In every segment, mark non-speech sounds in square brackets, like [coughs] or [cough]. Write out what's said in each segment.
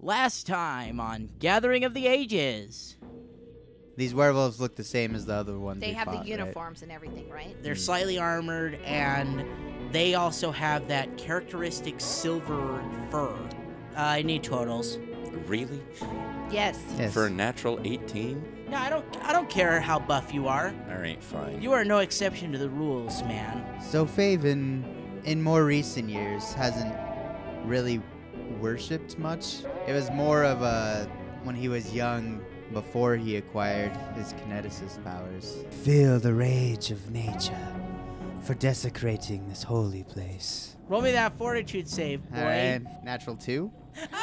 Last time on Gathering of the Ages. These werewolves look the same as the other ones. They we have fought, the right? uniforms and everything, right? They're slightly armored and they also have that characteristic silver fur. Uh, I need totals. Really? Yes. Yes. For a natural 18? No, I don't I don't care how buff you are. All right, fine. [laughs] You are no exception to the rules, man. So Faven, in more recent years, hasn't really worshipped much. It was more of a when he was young, before he acquired his kineticist powers. Feel the rage of nature for desecrating this holy place. Roll me that fortitude save, boy. All right, natural two. Ah!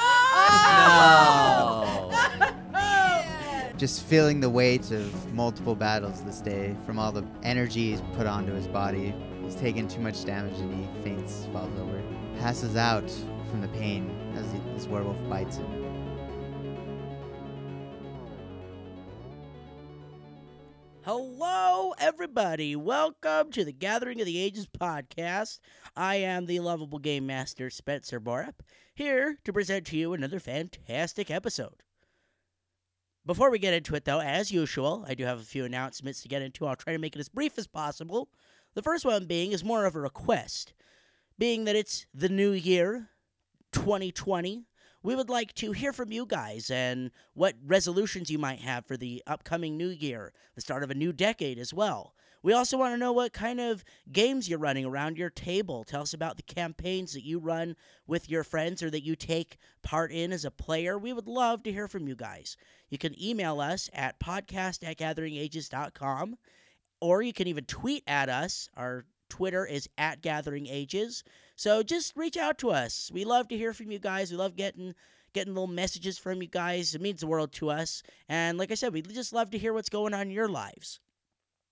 Oh, Just feeling the weight of multiple battles this day from all the energy he's put onto his body. He's taken too much damage and he faints, falls over, passes out from the pain as the, this werewolf bites him. Hello, everybody. Welcome to the Gathering of the Ages podcast. I am the lovable game master, Spencer Borup, here to present to you another fantastic episode. Before we get into it, though, as usual, I do have a few announcements to get into. I'll try to make it as brief as possible. The first one being is more of a request, being that it's the new year, 2020. We would like to hear from you guys and what resolutions you might have for the upcoming new year, the start of a new decade as well. We also want to know what kind of games you're running around your table. Tell us about the campaigns that you run with your friends or that you take part in as a player. We would love to hear from you guys. You can email us at podcast at gatheringages.com or you can even tweet at us. Our Twitter is at Gathering Ages. So just reach out to us. We love to hear from you guys. We love getting getting little messages from you guys. It means the world to us. And like I said, we just love to hear what's going on in your lives.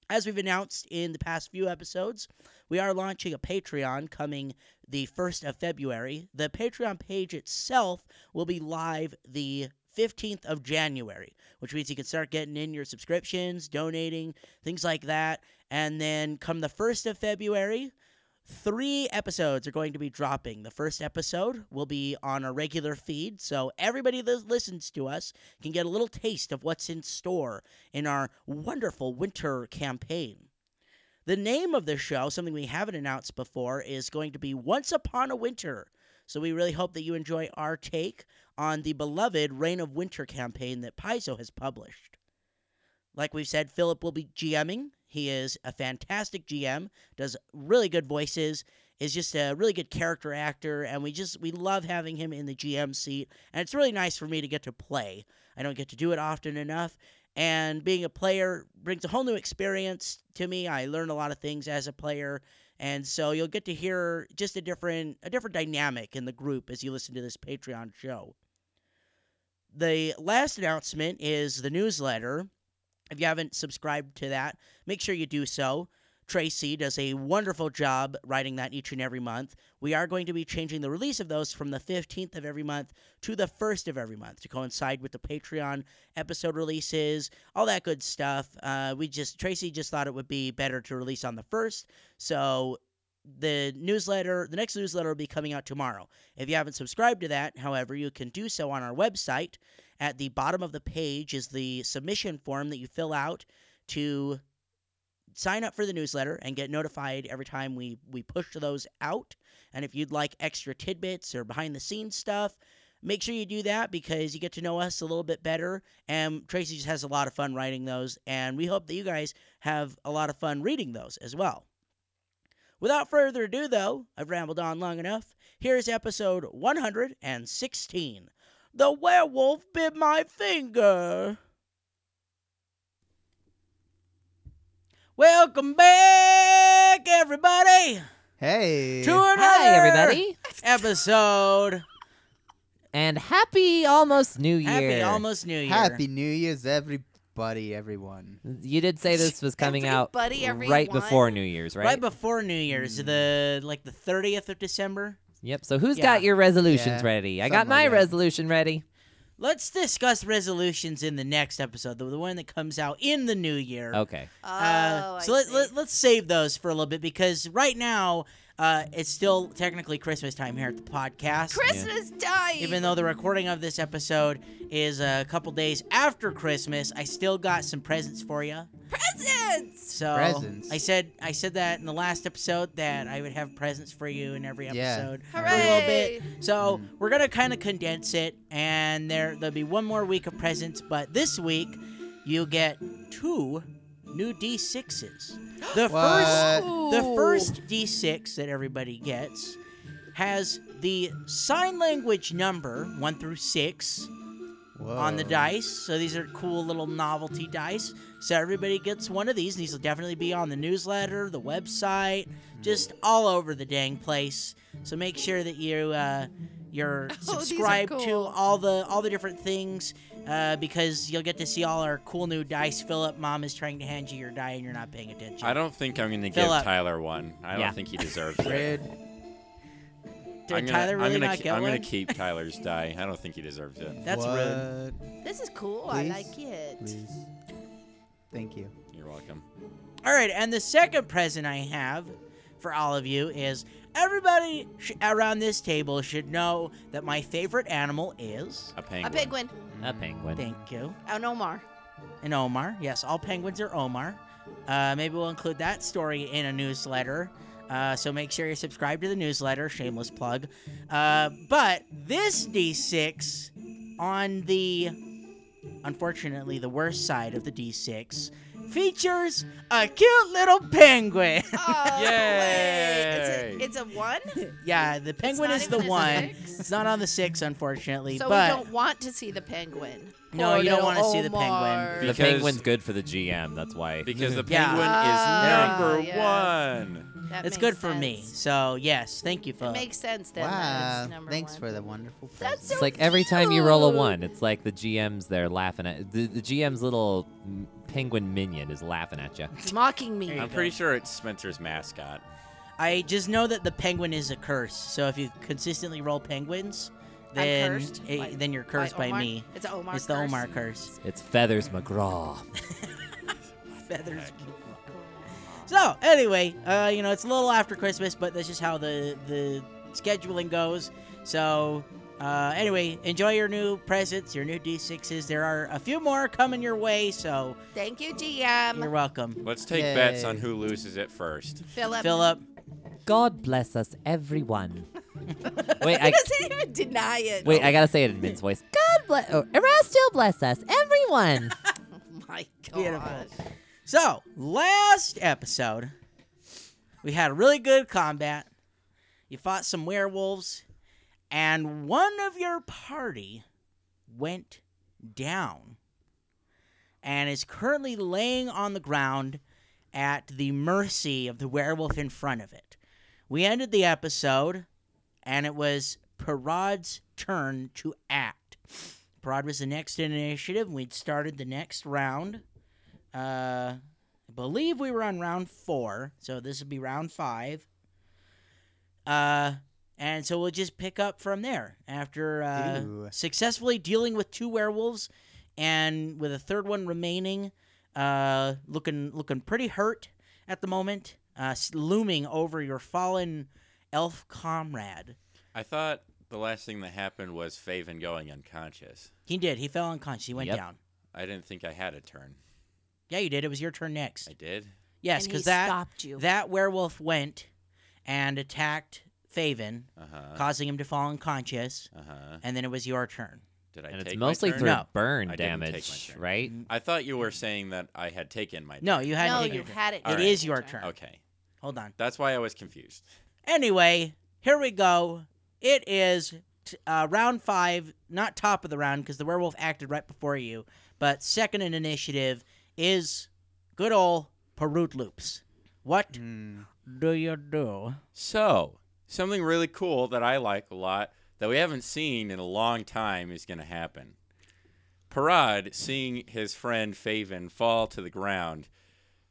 As we've announced in the past few episodes, we are launching a Patreon coming the 1st of February. The Patreon page itself will be live the 15th of January, which means you can start getting in your subscriptions, donating, things like that. And then come the 1st of February, three episodes are going to be dropping. The first episode will be on a regular feed, so everybody that listens to us can get a little taste of what's in store in our wonderful winter campaign. The name of the show, something we haven't announced before, is going to be Once Upon a Winter. So we really hope that you enjoy our take on the beloved Reign of Winter campaign that Paizo has published. Like we've said, Philip will be GMing. He is a fantastic GM, does really good voices, is just a really good character actor, and we just we love having him in the GM seat. And it's really nice for me to get to play. I don't get to do it often enough. And being a player brings a whole new experience to me. I learn a lot of things as a player. And so you'll get to hear just a different a different dynamic in the group as you listen to this Patreon show. The last announcement is the newsletter. If you haven't subscribed to that, make sure you do so. Tracy does a wonderful job writing that each and every month. We are going to be changing the release of those from the 15th of every month to the 1st of every month to coincide with the Patreon episode releases, all that good stuff. Uh, we just Tracy just thought it would be better to release on the 1st. So the newsletter, the next newsletter will be coming out tomorrow. If you haven't subscribed to that, however, you can do so on our website at the bottom of the page is the submission form that you fill out to sign up for the newsletter and get notified every time we we push those out and if you'd like extra tidbits or behind the scenes stuff make sure you do that because you get to know us a little bit better and tracy just has a lot of fun writing those and we hope that you guys have a lot of fun reading those as well without further ado though i've rambled on long enough here's episode 116 the werewolf bit my finger. Welcome back, everybody, Hey! to another Hi, everybody, episode. and happy almost New Year. Happy almost New Year. Happy New Year's, everybody, everyone. You did say this was coming out Everybody, right everyone. before New Year's, right? Hmm. right? before New Year's, the like the thirtieth of December. yep. So who's Yeah. got your resolutions Yeah, ready? I something got my like that. resolution ready. Let's discuss resolutions in the next episode, the, the one that comes out in the new year. Okay. Oh, Uh, I so let, see. let, us save those for a little bit because right now Uh, it's still technically Christmas time here at the podcast. Christmas time. Even though the recording of this episode is a couple days after Christmas, I still got some presents for you. presents. So Presents. I said I said that in the last episode that I would have presents for you in every Yeah. episode for a little Hooray! bit. So Mm. we're gonna kind of condense it, and there there'll be one more week of presents. But this week, you get two new D [gasps] sixes. The first What? Uh, the Ooh. first D6 that everybody gets has the sign language number 1 through 6 on the Oh. Whoa. dice. So these are cool little novelty dice. So everybody gets one of these. These will definitely be on the newsletter, the website, just all over the dang place. So make sure that you uh, [laughs] you're Oh, these are subscribed to cool. all the all the different things uh, because you'll get to see all our cool new dice. Philip, mom is trying to hand you your die and you're not paying attention. I don't think I'm going to give Philip. Tyler one. I don't Yeah. think he deserves it. Weird. Did I'm gonna, Tyler really I'm gonna, not ke- get I'm gonna one? keep Tyler's die. I don't think he deserves it. That's rude. What? This is cool. Please? I like it. Please. Thank you. You're welcome. All right, and the second present I have for all of you is everybody sh- around this table should know that my favorite animal is. A A penguin. penguin. Oh, A penguin. Thank you. An Omar. And Omar. Yes, all penguins are Omar. Uh, maybe we'll include that story in a newsletter. Uh, so make sure you subscribe to the newsletter. Shameless plug. Uh, but this D6 on the, unfortunately, the worst side of the D6 features a cute little penguin. [laughs] Oh, Yay. wait. It's a, it's a one. yeah, the penguin not is even the a one. six? It's not on the six, unfortunately. So but we don't want to see the penguin. Oh, No, Poor you don't little wanna see the penguin. Omar. The Because- penguin's good for the GM. That's why. Because the Yeah. penguin Ah, is number yeah. one. That it's makes good for me. sense. So yes, thank you, It folks. makes sense then. that wow. it's number Thanks one. for the wonderful present. That's [laughs] It's like every time you roll a Cute. one, it's like the GM's there laughing at the, the GM's little m- penguin minion is laughing at you. It's mocking me. There you I'm go. pretty sure it's Spencer's mascot. I just know that the penguin is a curse. So if you consistently roll penguins, then cursed? eh, Like- then you're cursed by, Omar? me. It's an Omar. it's the curse. Omar curse. It's Feathers McGraw. Feathers. [laughs] So anyway, uh, you know it's a little after Christmas, but that's just how the the scheduling goes. So uh, anyway, enjoy your new presents, your new D6s. There are a few more coming your way, so Thank you, you're GM. welcome. Let's take bets Yay. on who loses it first. Philip. [laughs] Philip, God bless us, everyone. He wait, I doesn't even deny it. wait, I gotta say it in Min's voice. God bless. Oh, Erastil bless us, everyone. Oh my Beautiful. god. So, last episode, we had really good combat. You fought some werewolves, and one of your party went down and is currently laying on the ground at the mercy of the werewolf in front of it. We ended the episode, and it was Parad's turn to act. Parad was the next in initiative. We'd started the next round. Uh, I believe we were on round four, so this would be round five. Uh, and so we'll just pick up from there after uh, Ooh. successfully dealing with two werewolves, and with a third one remaining, uh, looking looking pretty hurt at the moment, uh, s- looming over your fallen elf comrade. I thought the last thing that happened was Faven going unconscious. He did. He fell unconscious. He went Yep. down. I didn't think I had a turn. Yeah, you did. It was your turn next. I did. yes, And because he that stopped you. that werewolf went and attacked Faven, Uh huh. causing him to fall unconscious, Uh huh. and then it was your turn. Did I [laughs] and take it's my mostly turn? through No. burn I didn't take my damage, turn. right? I thought you were saying that I had taken my. No, you hadn't. no, taken you your turn. had it. It All right. is your turn. Okay, Hold on. that's why I was confused. Anyway, here we go. It is t- uh, round five, not top of the round because the werewolf acted right before you, but second in initiative is good old Perut Loops. What Mm. do you do? So something really cool that I like a lot that we haven't seen in a long time is going to happen. Parad, seeing his friend Faven fall to the ground,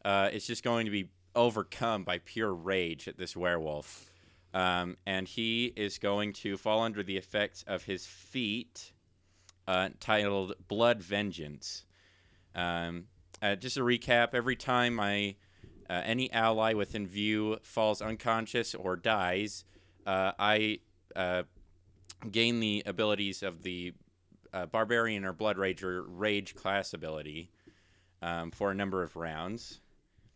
uh, is just going to be overcome by pure rage at this werewolf. Um, and he is going to fall under the effects of his feat, uh, titled Blood Vengeance. Um, uh, just a recap every time I Uh, any ally within view falls unconscious or dies. Uh, I uh, gain the abilities of the uh, barbarian or blood rager rage class ability um, for a number of rounds.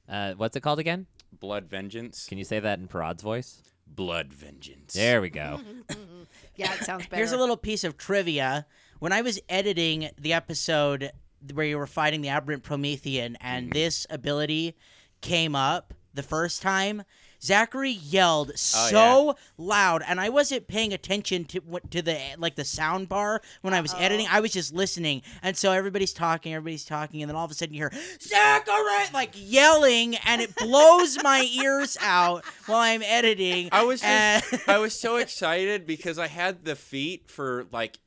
Uh, what's it called again? Blood vengeance. Can you say that in Parad's voice? blood vengeance. There we [laughs] go. yeah, [laughs] it sounds better. Here's a little piece of trivia. When I was editing the episode where you were fighting the aberrant Promethean and this ability came up the first time, Zachary yelled so loud, and I wasn't paying attention to what to the like the sound bar when I was editing. I was just listening, and so everybody's talking, everybody's talking, and then all of a sudden you hear Zachary like yelling, and it blows my ears out while I'm editing. I was and- just, I was so excited because I had the feet for like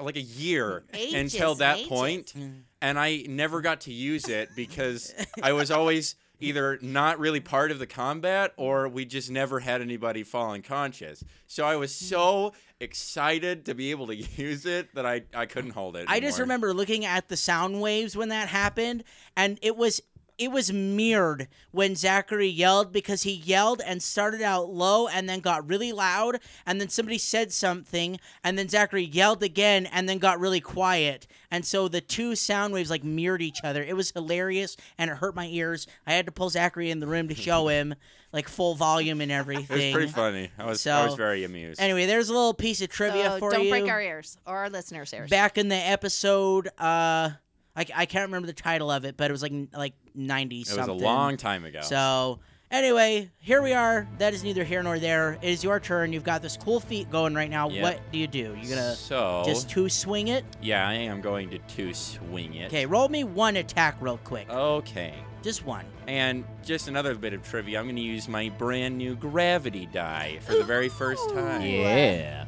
like a year Ages, until that ages. point, and I never got to use it because I was always either not really part of the combat or we just never had anybody fall unconscious. So I was so excited to be able to [laughs] use it that I I couldn't hold it. I just anymore. remember looking at the sound waves when that happened, and it was it was mirrored when Zachary yelled because he yelled and started out low and then got really loud, and then somebody said something, and then Zachary yelled again and then got really quiet, and so the two sound waves like mirrored each other. It was hilarious and it hurt my ears. I had to pull Zachary in the room to [laughs] show him like full volume and everything. It was pretty funny. I was I was So, very amused. Anyway, there's a little piece of trivia so for don't you break our ears or our listeners' ears. back in the episode uh I, I can't remember the title of it but it was like like 90 it was something a long time ago. so anyway here we are that is neither here nor there it is your turn you've got this cool feat going right now Yeah. what do you do you're gonna so just two swing it yeah, I am going to two swing it. okay roll me one attack real quick Uh. Okay. just one And just another bit of trivia. I'm going to use my brand new gravity die for the very first Ooh. time. Yeah.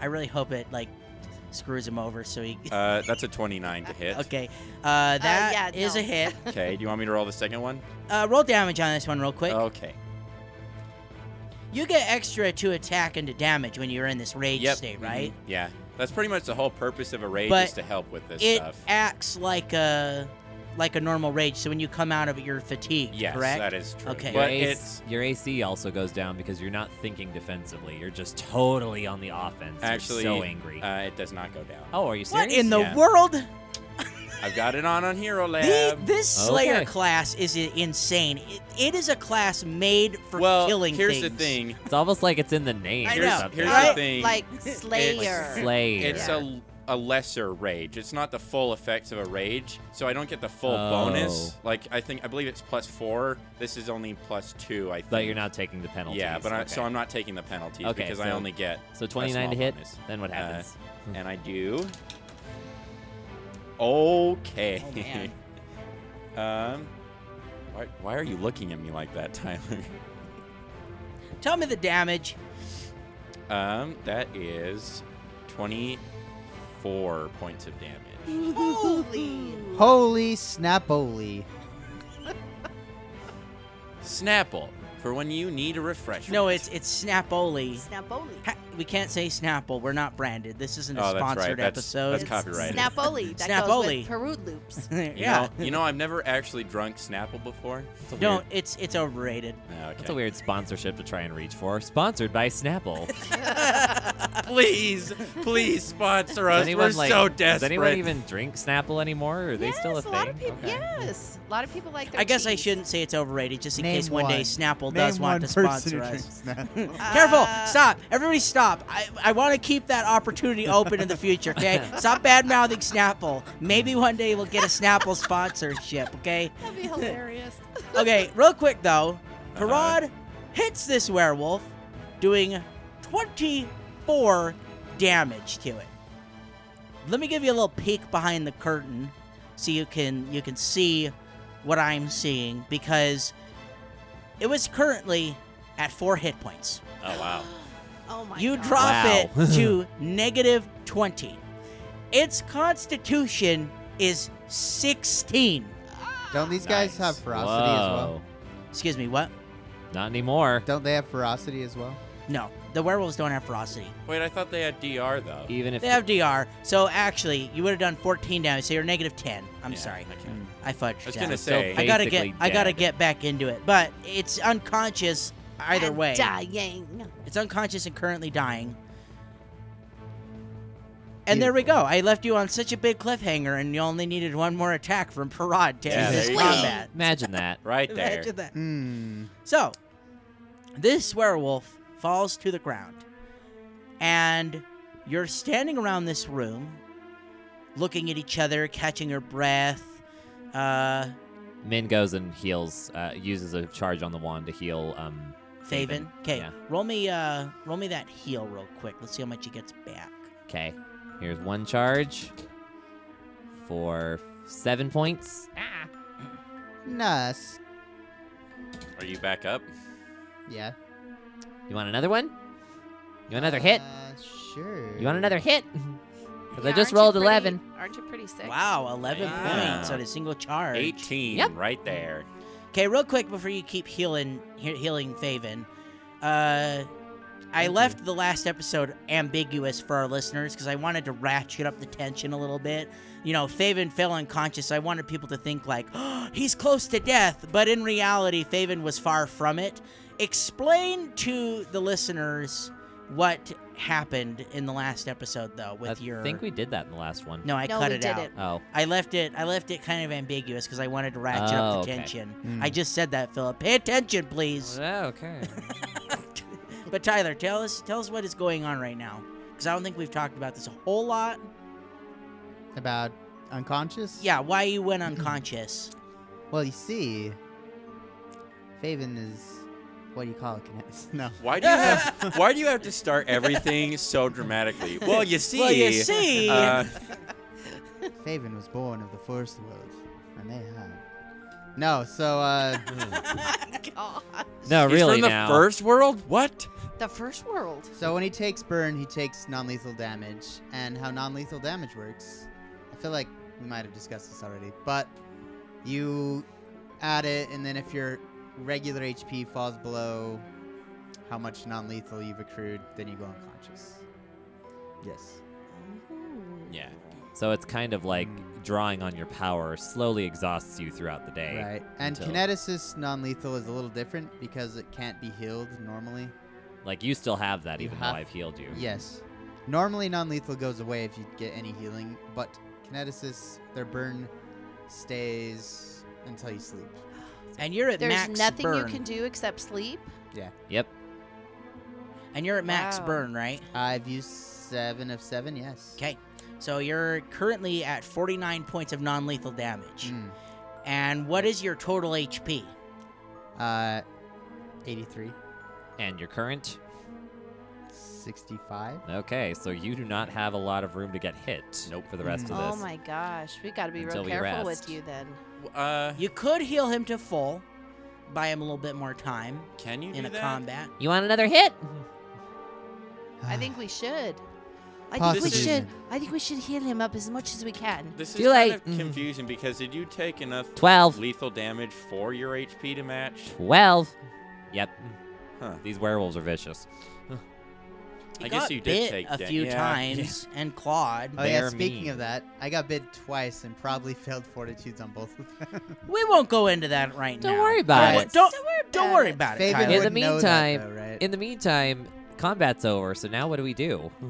i really hope it like screws him over so he [laughs] Uh, that's a 29 to hit. okay uh that yeah, is no. a hit Okay, Do you want me to roll the second one? uh roll damage on this one real quick Okay. you get extra to attack and to damage when you're in this rage Yep. state mhm, right Yeah. That's pretty much the whole purpose of a raid But is to help with this it stuff. acts like a like a normal rage. So when you come out of it, you're fatigued. Yes, correct. that is true. Okay. Your, But AC it's your AC also goes down because you're not thinking defensively. You're just totally on the offense. Actually, you're so angry. uh, it does not go down. oh, are you serious? what in the Yeah. Um, world? I've got it on on Hero The, Lab. this Slayer Okay. class is i- insane. It, it is a class made for well, killing here's things. the thing. It's almost like it's in the name. I or know, something. Here's right? the [laughs] thing. Like Slayer. Slayer. It's uh, a, a lesser rage. It's not the full effects of a rage, so I don't get the full Oh. bonus. Like I think I believe it's plus four. This is only plus two. I think. but you're not taking the penalty. Yeah, but I, okay. so I'm not taking the penalties Okay, because I so- only get So a 29 to small hit. bonus. Then what happens? and I do. Okay. Oh, man. [laughs] um, why why are you looking at me like that, [laughs] Tyler? Tell me the damage. Um, that is twenty four points of damage. Holy. Holy snapoli. Snapple for when you need a refresher. No, it's it's Snapoli. Snapoli. Ha- We can't say Snapple. We're not branded. This isn't a Oh, that's right. sponsored That's- episode. [laughs] that's copyrighted. Snapoli. That goes Snapoli. with [laughs] Perud loops. [laughs] You yeah. Know, you know, I've never actually drunk Snapple before. It's a Don't. It's it's overrated. weird- Oh, okay. That's a weird sponsorship to try and reach for. Sponsored [laughs] by Snapple. Please, please sponsor Does us. anyone, We're like- so Does desperate. anyone even drink Snapple anymore? Are they yes, still a a, thing? lot of people. Okay. Yes, a lot of people like. Their I guess I cheese. shouldn't say it's overrated, just in Name case one, day one. Snapple Name does one want to person sponsor who us. drinks Snapple. [laughs] Careful! Uh, Stop! Everybody, stop! I, I want to keep that opportunity open in the future. Okay? stop bad mouthing Snapple. Maybe one day we'll get a Snapple sponsorship. Okay? That'd [laughs] be hilarious. Okay. Real quick though, Uh-huh. Parad hits this werewolf, doing 24 damage to it. Let me give you a little peek behind the curtain, so you can you can see what I'm seeing because it was currently at four hit points. Oh wow. [gasps] Oh my. You God. drop Wow. [laughs] it to negative 20. Its constitution is 16. [laughs] Don't these guys have ferocity as well? Whoa. Excuse me, what? Not anymore. Don't they have ferocity as well? No, the werewolves don't have ferocity. Wait, I thought they had DR though. Even if They have DR, so actually, you would have done 14 damage, so you're negative 10. I'm Yeah, sorry. I can't- I fudged. I was that. gonna So say. ba- I gotta get basically I gotta dead. get back into it, but it's unconscious either I'm way. Dying. It's unconscious and currently dying. And there we go. I left you on such a big cliffhanger, and you only needed one more attack from Parad to Yeah, end this there you go. combat. [laughs] imagine that. right there. Imagine that. Hmm. So, this werewolf falls to the ground, and you're standing around this room, looking at each other, catching your breath. Uh, Min goes and heals, uh, uses a charge on the wand to heal. Um, Faven. Okay, Yeah. roll me. Uh, roll me that heal real quick. Let's see how much he gets back. Okay. Here's one charge for seven points. Nice. Are you back up? Yeah. You want another one? You want another hit? Uh, sure. You want another hit? [laughs] Because I Yeah, just aren't you rolled pretty- 11. Aren't you pretty sick? [laughs] Wow, eleven Yeah. points on a single charge. 18 Yep. right there. Okay, real quick before you keep healing he- healing Faven, uh, I you. left the last episode ambiguous for our listeners because I wanted to ratchet up the tension a little bit. You know, Faven fell unconscious. I wanted people to think like [gasps] oh, he's close to death, but in reality, Faven was far from it. Explain to the listeners what happened in the last episode, though. With I your think we did that in the last one. no, I No, cut we it did out. it. Oh. I left it. I left it kind of ambiguous because I wanted to ratchet Oh, up the okay. tension. Hmm. Mm. I just said that, Philip. Pay attention, please. Okay. but Tyler, tell us tell us what is going on right now, because I don't think we've talked about this a whole lot. about unconscious? Yeah, why you [laughs] went unconscious? Well, you see, Faven is what do you call it? Kinesis? [laughs] No. Why do you have [laughs] Why do you have to start everything so dramatically? Well, you [laughs] see. well, you see, uh, Faven was born of the Forest World, and they have. No, so uh, [laughs] God. [laughs] no, he's oh, really from the now. first world. What? The first world. so when he takes burn, he takes non-lethal damage, and how non-lethal damage works. I feel like we might have discussed this already, but you add it, and then if your regular HP falls below how much non-lethal you've accrued, then you go unconscious. Yes. Yeah. So it's kind of like drawing on your power slowly exhausts you throughout the day. Right. And until- kineticist non-lethal is a little different because it can't be healed normally. Like you still have that You even have- though I've healed you. Yes. Normally, non lethal goes away if you get any healing, but kineticists, their burn stays until you sleep. and you're at There's max nothing burn, you can do except sleep. Yep. and you're at max Wow. burn, right? I've used seven of seven, yes. Okay, so you're currently at 49 points of non-lethal damage, Hmm. Mm. and what is your total HP? Uh, 83, And your current? 65. Okay, so you do not have a lot of room to get hit. Nope. For the rest of Oh this. my gosh, we got to be Until real we careful rest. with you then. Uh, You could heal him to full, buy him a little bit more time can you in do a that? combat. You want another hit? I think we should. I think Possibly. we should. I think we should heal him up as much as we can. This is Too kind late. of Mm. confusing because did you take enough 12. lethal damage for your HP to match? 12. Yep. Huh. These werewolves are vicious. He I guess got you did bit take a da- few yeah. [laughs] times and clawed. [sighs] Oh, yeah, They're speaking mean. of that, I got bid twice and probably [laughs] failed fortitudes on both of them. We won't go into that right Don't now. worry about Don't- it. Don't, Don't worry don't about worry it. about it, Faven Tyler. In the wouldn't know that, meantime, though, right? In the meantime, combat's over, so now what do we do? Hmm.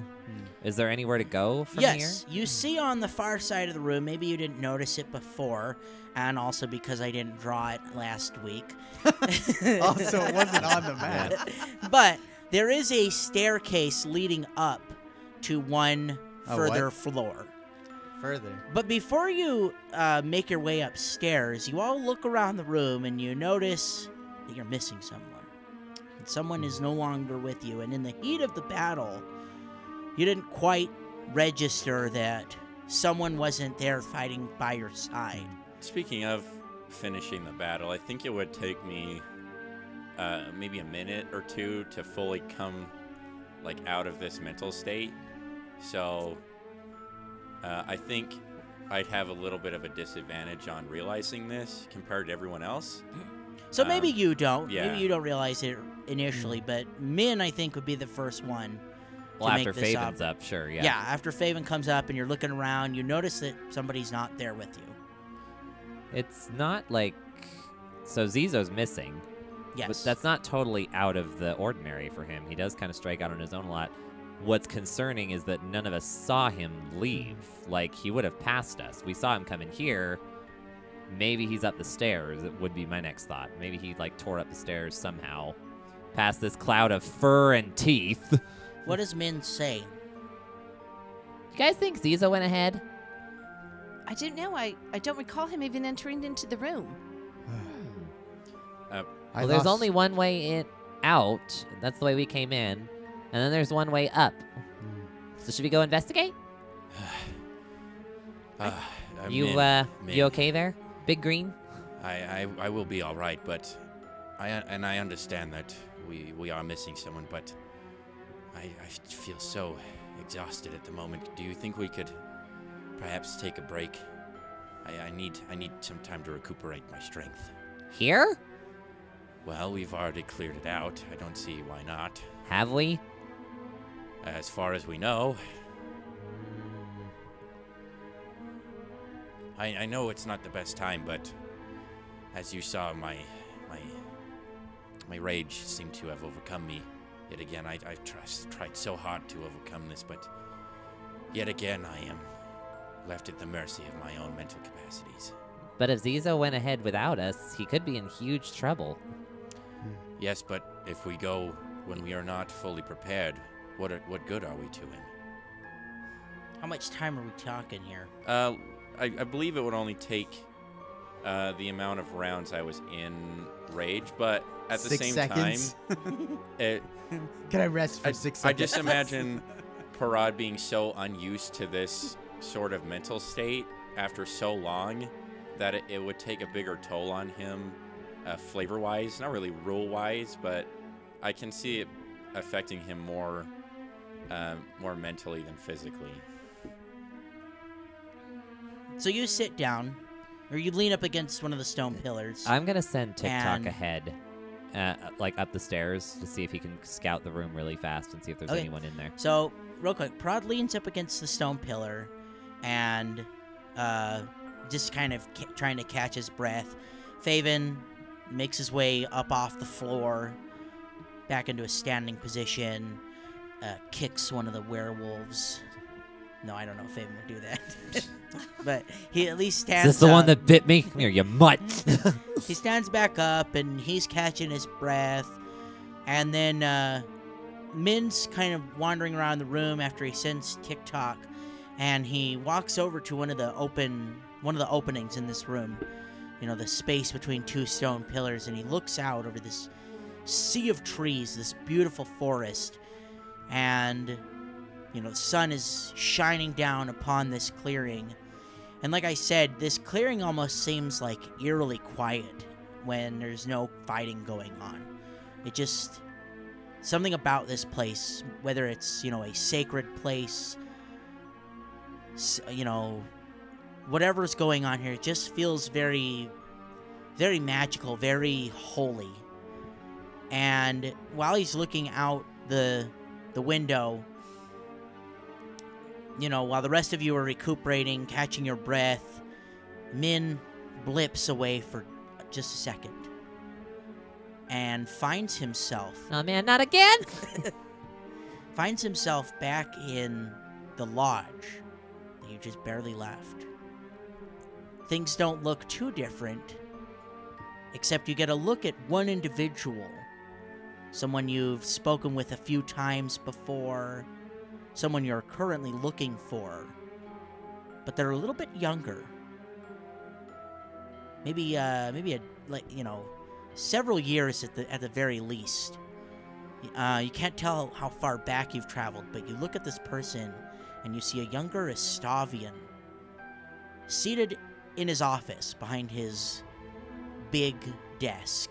Is there anywhere to go from yes, you see on the far side of the room. Maybe you didn't notice it before, and also because I didn't draw it last week. [laughs] also, it wasn't on the map. but there is a staircase leading up to one A further what? floor. Further. But before you uh, make your way upstairs, you all look around the room and you notice that you're missing someone. And someone is no longer with you. And in the heat of the battle, you didn't quite register that someone wasn't there fighting by your side. Speaking of finishing the battle, I think it would take me uh, maybe a minute or two to fully come like out of this mental state. So uh, I think I'd have a little bit of a disadvantage on realizing this compared to everyone else. So maybe Um, Uh, you don't. yeah. Maybe you don't realize it initially, but Min I think would be the first one. Well, to make after this Faven's up, sure, yeah. Yeah. after Faven comes up and you're looking around, you notice that somebody's not there with you. It's not like so Zizo's missing, Yes, but that's not totally out of the ordinary for him. He does kind of strike out on his own a lot. What's concerning is that none of us saw him leave. Like he would have passed us. We saw him come in here. Maybe he's up the stairs. It would be my next thought. Maybe he like tore up the stairs somehow, past this cloud of fur and teeth. what does Min say? You guys think Zizo went ahead? I don't know. I, I don't recall him even entering into the room. I well, there's lost- only one way in out. That's the way we came in, and then there's one way up. So should we go investigate? Ah, I'm you in. uh, Min. you okay there, Big Green? I, I, I will be all right, but I and I understand that we, we are missing someone, but I, I feel so exhausted at the moment. Do you think we could perhaps take a break? I, I need I need some time to recuperate my strength. Here? Well, we've already cleared it out. I don't see why not. Have we? As far as we know, I, I know it's not the best time, but as you saw, my my my rage seemed to have overcome me yet again. I, I've tr- tried so hard to overcome this, but yet again I am left at the mercy of my own mental capacities. But if Zizo went ahead without us, he could be in huge trouble. Yes, but if we go when we are not fully prepared, what are, what good are we to him? How much time are we talking here? Uh, I, I believe it would only take uh, the amount of rounds I was in rage, but at the six same seconds. time, [laughs] it, Can I rest [laughs] for I, six I seconds? just [laughs] imagine Parad being so unused to this sort of mental state after so long that it, it would take a bigger toll on him, uh, flavor wise, not really rule wise, but I can see it affecting him more, um, more mentally than physically. So you sit down, or you lean up against one of the stone pillars. I'm gonna send TikTok And- ahead, uh, like up the stairs to see if he can scout the room really fast and see if there's Okay. anyone in there. So, real quick, Prod leans up against the stone pillar and uh, just kind of ca- trying to catch his breath. Faven makes his way up off the floor, back into a standing position, uh, kicks one of the werewolves. No, I don't know if Faven would do that. [laughs] but he at least Is stands this the one up. that bit me? Come here, you mutt! he stands back up and he's catching his breath and then uh, min's kind of wandering around the room after he sends tiktok and he walks over to one of the open one of the openings in this room you know the space between two stone pillars and he looks out over this sea of trees this beautiful forest and you know the sun is shining down upon this clearing and like I said, this clearing almost seems like eerily quiet when there's no fighting going on. It just something about this place, whether it's, you know, a sacred place, s- you know, whatever's going on here, it just feels very very magical, very holy. And while he's looking out the the window, you know, while the rest of you are recuperating, catching your breath, Min blips away for just a second and finds himself oh man, not again! finds himself back in the lodge that you just barely left. Things don't look too different, except you get a look at one individual. Someone you've spoken with a few times before, someone you're currently looking for, but they're a little bit younger. Maybe, uh, maybe a like you know, several years at the at the very least. Uh, you can't tell how far back you've traveled, but you look at this person and you see a younger Estavian seated in his office behind his big desk.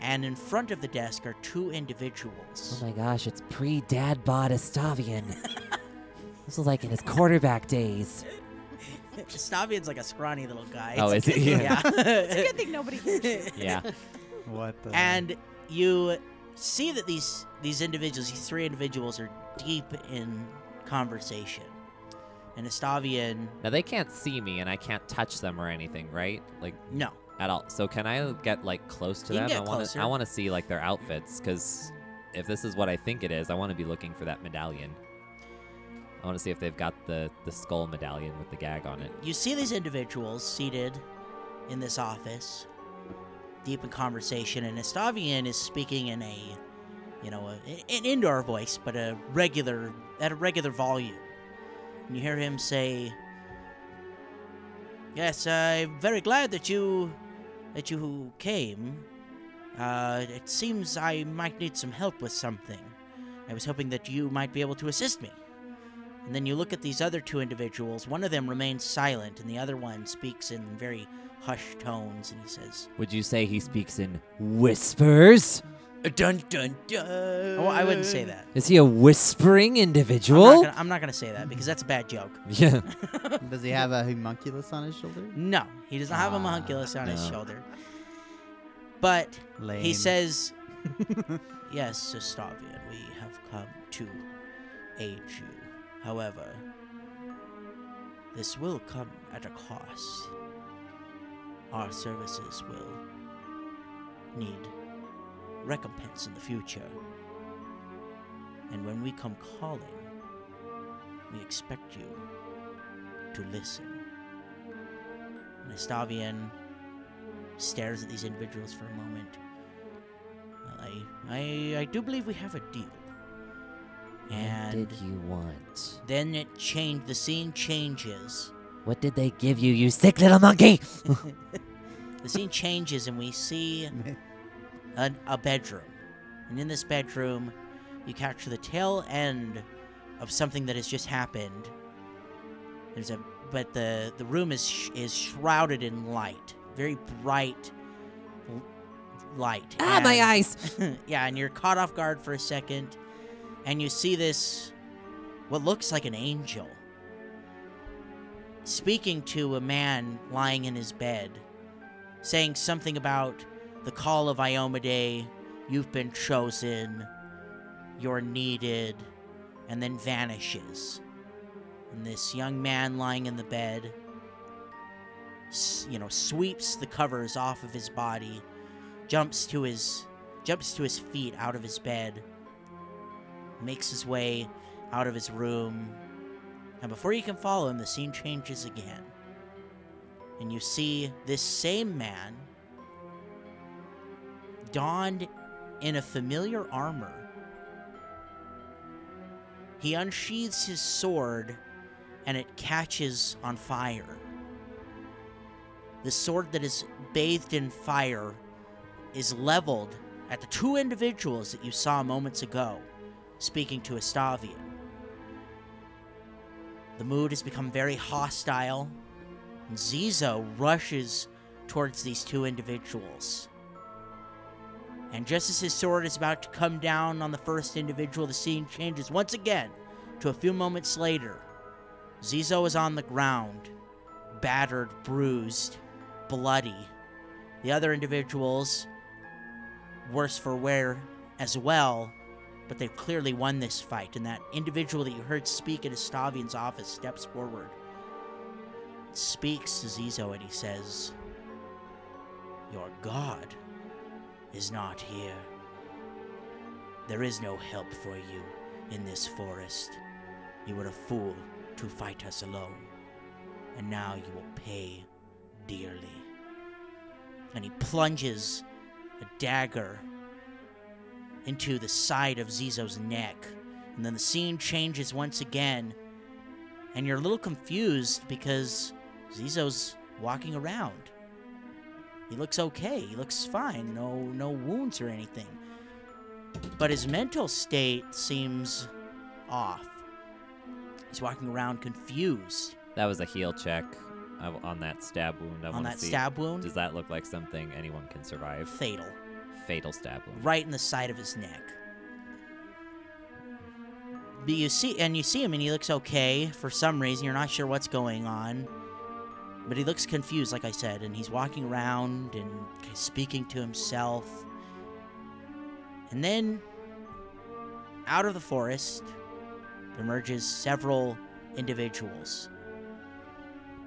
And in front of the desk are two Oh individuals. my gosh, it's pre dad bod Estavian. [laughs] this was like in his quarterback days. Estavian's like a scrawny little guy. Oh, is he? Yeah. Yeah. [laughs] It's a good thing nobody hears you. Yeah. What the? and you see that these these individuals, these three individuals, are deep in conversation. And Estavian, Now they can't see me and I can't touch them or anything, right? Like no, at all. So can I get like close to You them? can I get wanna closer. I wanna see like their outfits cuz if this is what I think it is, I want to be looking for that medallion. I want to see if they've got the the skull medallion with the gag on it. you see these individuals seated in this office, deep in conversation, and Estavian is speaking in a, you know, a, an indoor voice, but a regular at a regular volume. And you hear him say, "Yes, I'm very glad that you, that you came. Uh, it seems I might need some help with something. I was hoping that you might be able to assist me." And then you look at these other two individuals. One of them remains silent, and the other one speaks in very hushed tones, and he says, Would you say he speaks in whispers? "Dun dun dun." Oh, I wouldn't say that. Is he a I'm whispering not, individual? gonna, I'm not gonna say that because that's a bad joke. [laughs] Yeah. Does he have a homunculus on his shoulder? No, he does not have a Ah, homunculus on his no. shoulder. But Lame. he says, "Yes, Sestavian, we have come to aid you. However, this will come at a cost. Our services will need recompense in the future. And when we come calling, we expect you to listen. And Estavian stares at these individuals for a moment. Well, I, I, I do believe we have a deal. [laughs] And did you want? then it changed. The scene changes. What did they give you, you sick little monkey? The scene changes, and we see an, a bedroom. And in this bedroom, you catch the tail end of something that has just happened. There's a but the the room is sh- is shrouded in light, very bright l- light. ah, my And- eyes! [laughs] yeah, and you're caught off guard for a second, and you see this, what looks like an angel, speaking to a man lying in his bed, saying something about the call of Iomade, you've been chosen, you're needed, and then vanishes. And this young man lying in the bed, s- you know, sweeps the covers off of his body, jumps to his jumps to his feet out of his bed, makes his way out of his room, and before you can follow him, the scene changes again. And you see this same man donned in a familiar armor. He unsheathes his sword and it catches on fire. The sword that is bathed in fire is leveled at the two individuals that you saw moments ago speaking to Estavian. The mood has become very hostile, and Zizo rushes towards these two individuals. And just as his sword is about to come down on the first individual, the scene changes once again to a few moments later. Zizo is on the ground, battered, bruised, bloody. The other individuals, worse for wear as well, but they've clearly won this fight, and that individual that you heard speak at Estavian's office steps forward, speaks to Zizo, and he says, Your god is not here. There is no help for you in this forest. You were a fool to fight us alone, and now you will pay dearly and he plunges a dagger into the side of Zizo's neck. And then the scene changes once again, and you're a little confused because Zizo's walking around. He looks okay, he looks fine, no no wounds or anything. But his mental state seems off. He's walking around confused [laughs] That was a heal check I w- on that stab wound. I on wanna that see, stab wound. Does that look like something anyone can survive? fatal. Fatal stab wound. right in the side of his neck. But you see, and you see him, and he looks okay for some reason. You're not sure what's going on, but he looks confused, like I said, and he's walking around and speaking to himself. And then, out of the forest, emerges several individuals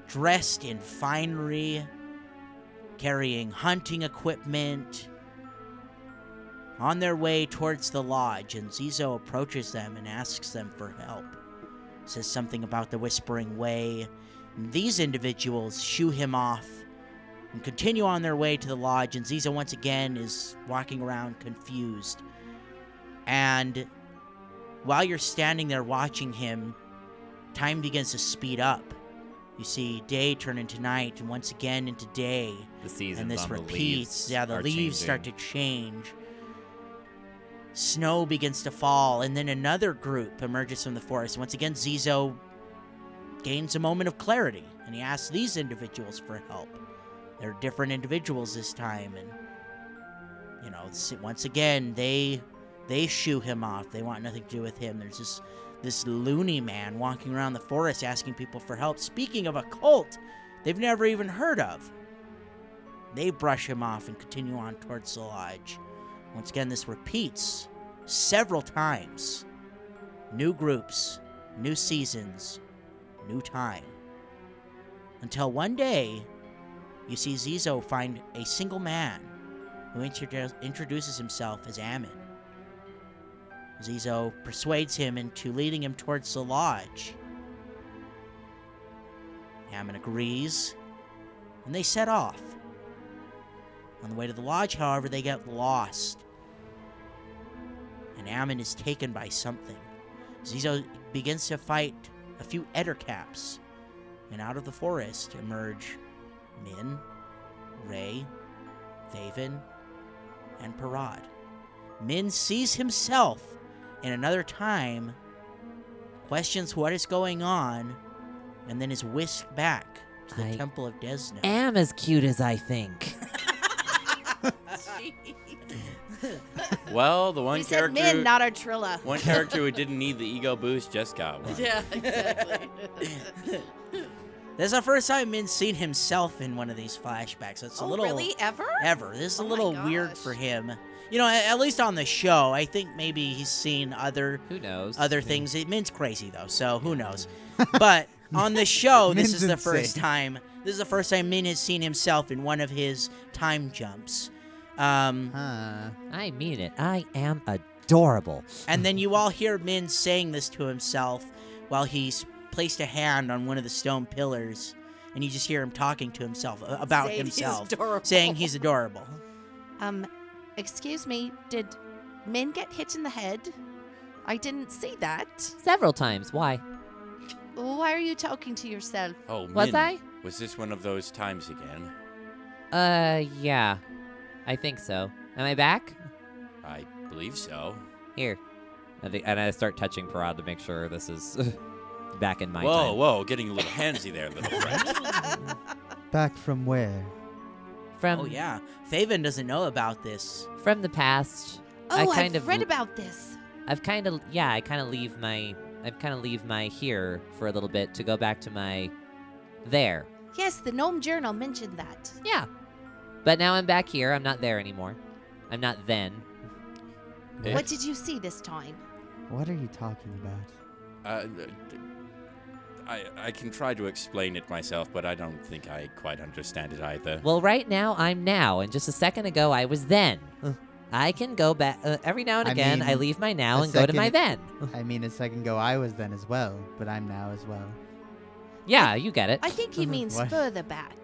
dressed in finery, carrying hunting equipment, on their way towards the lodge. And Zizo approaches them and asks them for help. Says something about the Whispering Way. And these individuals shoo him off and continue on their way to the lodge. And Ziza once again is walking around confused. And while you're standing there watching him, time begins to speed up. You see day turn into night, and once again into day, The seasons and this on repeats. the leaves yeah, the are leaves start to [laughs] changing. change. Snow begins to fall, and then another group emerges from the forest. Once again, Zizo gains a moment of clarity, and he asks these individuals for help. They're different individuals this time, and you know, it's- once again, they they shoo him off. They want nothing to do with him. There's this this loony man walking around the forest asking people for help. Speaking of a cult, they've never even heard of. They brush him off and continue on towards the lodge. Once again, this repeats several times. New groups, new seasons, new time. Until one day, you see Zizo find a single man who introdu- introduces himself as Ammon. Zizo persuades him into leading him towards the lodge. Ammon agrees, and they set off. On the way to the lodge, however, they get lost. And Ammon is taken by something. Zizo begins to fight a few Eder caps, and out of the forest emerge Min, Ray, Faven, and Parad. Min sees himself in another time, questions what is going on, and then is whisked back to the I Temple of Desna. am as cute as I [laughs] think. Well, the one you said character men, not our Trilla. one character who didn't need the ego boost just got one. yeah, exactly. This is the first time Min's seen himself in one of these flashbacks. It's a oh, little really? Ever? ever. This is Oh a my little weird gosh. for him. You know, at, at least on the show, I think maybe he's seen other Who knows? other things. It, Min's crazy though, so who [laughs] knows? but on the show, this Min's is the first insane. time. This is the first time Min has seen himself in one of his time jumps. Um, [laughs] Huh. I mean it. I am adorable. And then you all hear Min saying this to himself while he's placed a hand on one of the stone pillars, and you just hear him talking to himself uh, about Saying he's himself, adorable. saying he's adorable. Um, excuse me. Did men get hit in the head? I didn't see that. Several times. Why? Why are you talking to yourself? Oh, Was Min, I? Was this one of those times again? Uh, yeah. I think so. Am I back? I believe so. Here. And I- and I start touching Parad to make sure this is [laughs] back in my whoa, time. whoa, getting a little handsy [laughs] there, little friend. Back from where? From Oh yeah, Faven doesn't know about this. from the past. Oh, I I've kind of read l- about this. I've kind of yeah, I kind of leave my I've kind of leave my here for a little bit to go back to my there. Yes, the Gnome Journal mentioned that. Yeah. But now I'm back here. I'm not there anymore. I'm not then. Eh. What did you see this time? What are you talking about? Uh, d- d- I, I can try to explain it myself, but I don't think I quite understand it either. Well, right now I'm now, and just a second ago I was then. [laughs] I can go back uh, every now and I again. I mean, leave my now a and go to my then. second- [laughs] I mean, a second ago I was then as well, but I'm now as well. yeah, you get it. [laughs] I think he means What? further back.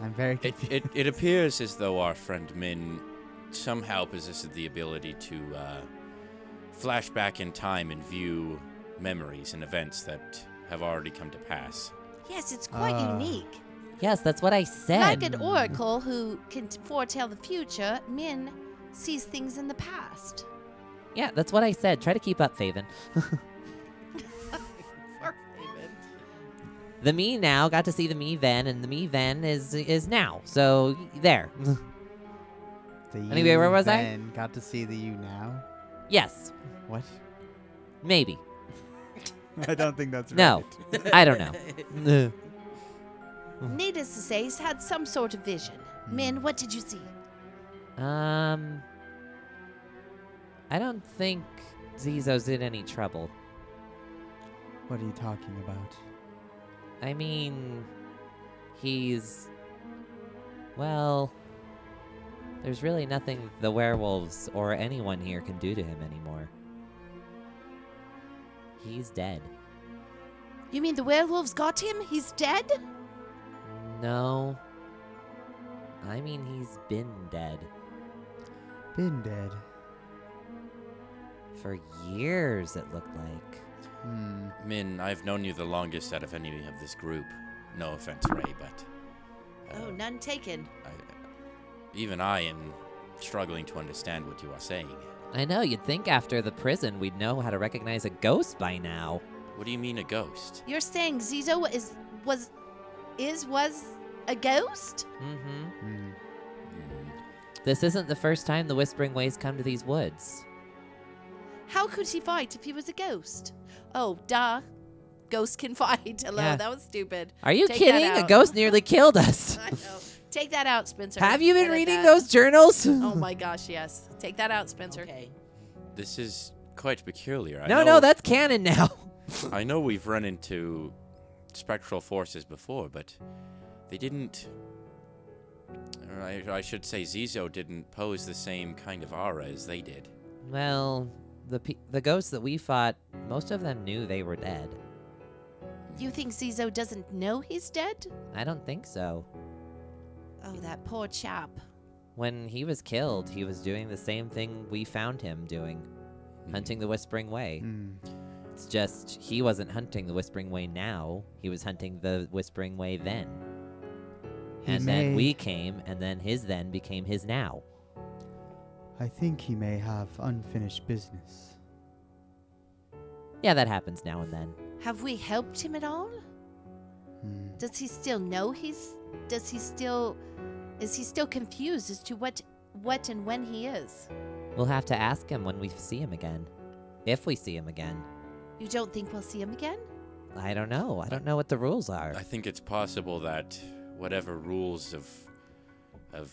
I'm very It, confused. it, it appears as though our friend Min somehow possesses the ability to uh, flash back in time and view memories and events that have already come to pass. Yes, it's quite Ah. unique. yes, that's what I said. Like an oracle who can t- foretell the future, Min sees things in the past. yeah, that's what I said. Try to keep up, Faven. The me now got to see the me then, and the me then is is now. So there. The anyway, you where was I? then Got to see the you now. yes, What? maybe. [laughs] I don't think that's right. [laughs] No, I don't [laughs] know. Hmm. Needless to say, he's had some sort of vision. Min, what did you see? Um, Um, I don't think Zizo's in any trouble. What are you talking about? I mean, he's. Well, there's really nothing the werewolves or anyone here can do to him anymore. He's dead. You mean the werewolves got him? He's dead? No. I mean, he's been dead Been dead. for years, it looked like. Hmm. Min, I've known you the longest out of any of this group. No offense, Ray, but. uh, Oh, none taken. I, even I am struggling to understand what you are saying. I know, you'd think after the prison we'd know how to recognize a ghost by now. What do you mean a ghost? You're saying Zizo is was is was a ghost? Mm hmm. Hmm. Mm, This isn't the first time the Whispering Ways come to these woods. How could he fight if he was a ghost? Oh, duh. Ghost can [laughs] fight. Hello, Yeah. that was stupid. Are you Take that kidding? A out. ghost nearly killed [laughs] us. I know. Take that out, Spencer. Have you been Edit reading that. those journals? Oh my gosh, yes. Take that out, Spencer. [laughs] Okay. This is quite peculiar. I no, know, no, that's canon now. [laughs] I know we've run into spectral forces before, but they didn't. or I, I should say Zizo didn't pose the same kind of aura as they did. Well, the pe- the ghosts that we fought, most of them knew they were dead. You think Zizo doesn't know he's dead? I don't think so. Oh, that poor chap. When he was killed, he was doing the same thing we found him doing, hunting the Whispering Way. Hmm. It's just he wasn't hunting the Whispering Way now. He was hunting the Whispering Way then. He and then may- we came, and then his then became his now. I think he may have unfinished business. Yeah, that happens now and then. Have we helped him at all? Hmm. Does he still know he's does he still is he still confused as to what what and when he is? We'll have to ask him when we see him again. If we see him again. You don't think we'll see him again? I don't know. I don't know what the rules are. I think it's possible that whatever rules of of